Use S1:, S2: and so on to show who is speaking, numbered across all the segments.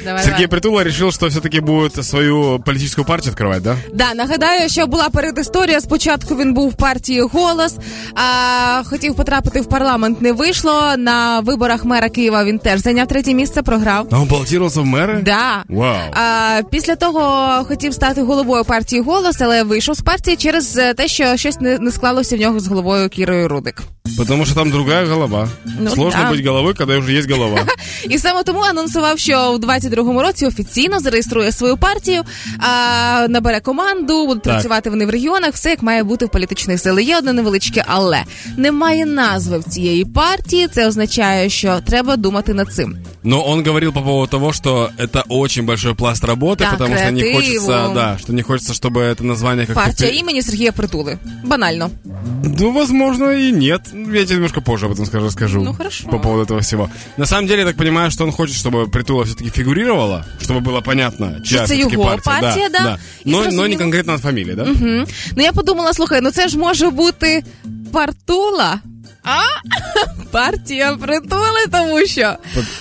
S1: Давай,
S2: Сергей
S1: давай.
S2: Притула решил, что все-таки будет свою политическую партию открывать, да?
S1: Да, нагадаю, що була передісторія. Спочатку він був в партії голос, а хотів потрапити в парламент. Не вийшло. На виборах мера Києва він теж зайняв третє місце, програв.
S2: А он баллотировался в мэры?
S1: Да.
S2: Вау.
S1: А, після того хотів стати головою партії голос, але вийшов з партії через е, те, що щось не, не склалося в нього з головою Кірою Рудик.
S2: Потому что там другая голова.
S1: Ну
S2: Сложно
S1: да.
S2: быть головой, когда уже есть голова.
S1: І саме тому анонсував, що в 22-му році офіційно зареєструє свою партію, а, набере команду, будуть
S2: Так.
S1: працювати вони в регіонах. Все як має бути в політичних сил. Є одне невеличке, але немає назви в цієї партії. Це означає, що треба думати над цим.
S2: Но он говорил по поводу того, что это очень большой пласт работы,
S1: Да,
S2: потому что не
S1: креативу.
S2: хочется, да, что не хочется, чтобы это название как-то...
S1: Партія
S2: пе-
S1: імені Сергія Притули. Банально.
S2: Ну, возможно, и нет. Я тебе немножко позже об этом скажу, расскажу.
S1: Ну, хорошо.
S2: По поводу этого всего. На самом деле, я так понимаю, что он хочет, чтобы Притула все-таки фигурировала, чтобы было понятно, чья
S1: это
S2: все-таки
S1: его
S2: партия.
S1: партия, да. И
S2: Но,
S1: сразу
S2: но не
S1: видно.
S2: конкретно от фамилии, да?
S1: Мгм. Ну я подумала, слухай, ну це ж може бути партула. А партія притули, тому що.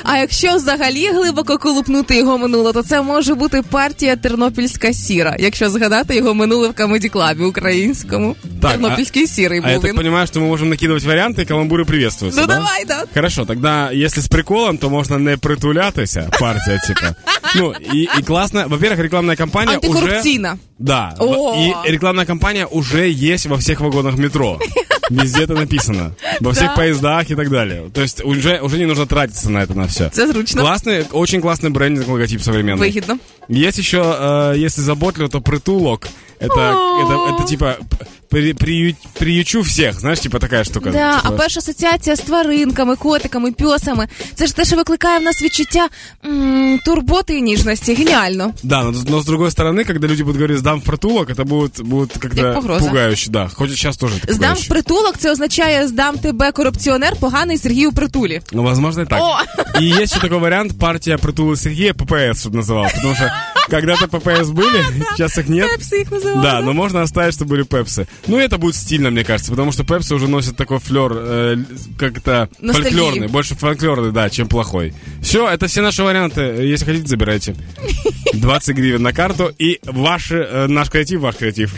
S1: А якщо взагалі глибоко колупнути його минуле, то це може бути партія Тернопільська сіра. Якщо згадати його минуле в Comedy клабі українському.
S2: Так,
S1: Тернопільський сірий
S2: А я
S1: був
S2: так
S1: він.
S2: понимаю, что мы можем накидывать варианты, и каламбуры приветствуются,
S1: Ну
S2: да?
S1: давай, да.
S2: Хорошо, тогда если с приколом, то можно не притулятися, партия типа. Ну, и, и классно. Во-первых, рекламная кампания уже...
S1: Антикорупційна.
S2: Да.
S1: О!
S2: И рекламная кампания уже есть во всех вагонах метро. Везде это написано. Во всех
S1: Да.
S2: поездах и так далее. То есть уже, уже не нужно тратиться на это на все.
S1: Це зручно.
S2: Классный, очень классный брендинг, логотип современный.
S1: Вигідно.
S2: Есть еще, э, если заботливо, то притулок. Это, это, это типа при, приют- приючу всех, знаешь, типа такая штука.
S1: Да, а
S2: Типа,
S1: перша асоціація з тваринками, котиками, пьосами. Це ж те, що викликає в нас відчуття м, турботи і ніжності. Геніально.
S2: Да, но, но с другой стороны, когда люди будут говорить «сдам в притулок», это будет, будет
S1: Как
S2: как-то
S1: погроза.
S2: пугающе, да. Хоть сейчас тоже это
S1: Здам в
S2: пугающе.
S1: притулок, це означає здам тебе корупціонер, поганий Сергію притулі.
S2: Ну, возможно, и так.
S1: О!
S2: И есть еще такой вариант, партия притула Сергея, ППС, чтобы называл, потому что когда-то ППС были, сейчас их нет.
S1: Пепси їх називали.
S2: Да, но можно оставить, что были пепсы. Ну, это будет стильно, мне кажется, потому что пепсы уже носят такой флер, э, как-то
S1: Ностальгии.
S2: фольклорный, больше фольклорный, да, чем плохой. Все, это все наши варианты. Если хотите, забирайте. 20 гривен на карту и ваш, э, наш креатив, ваш креатив.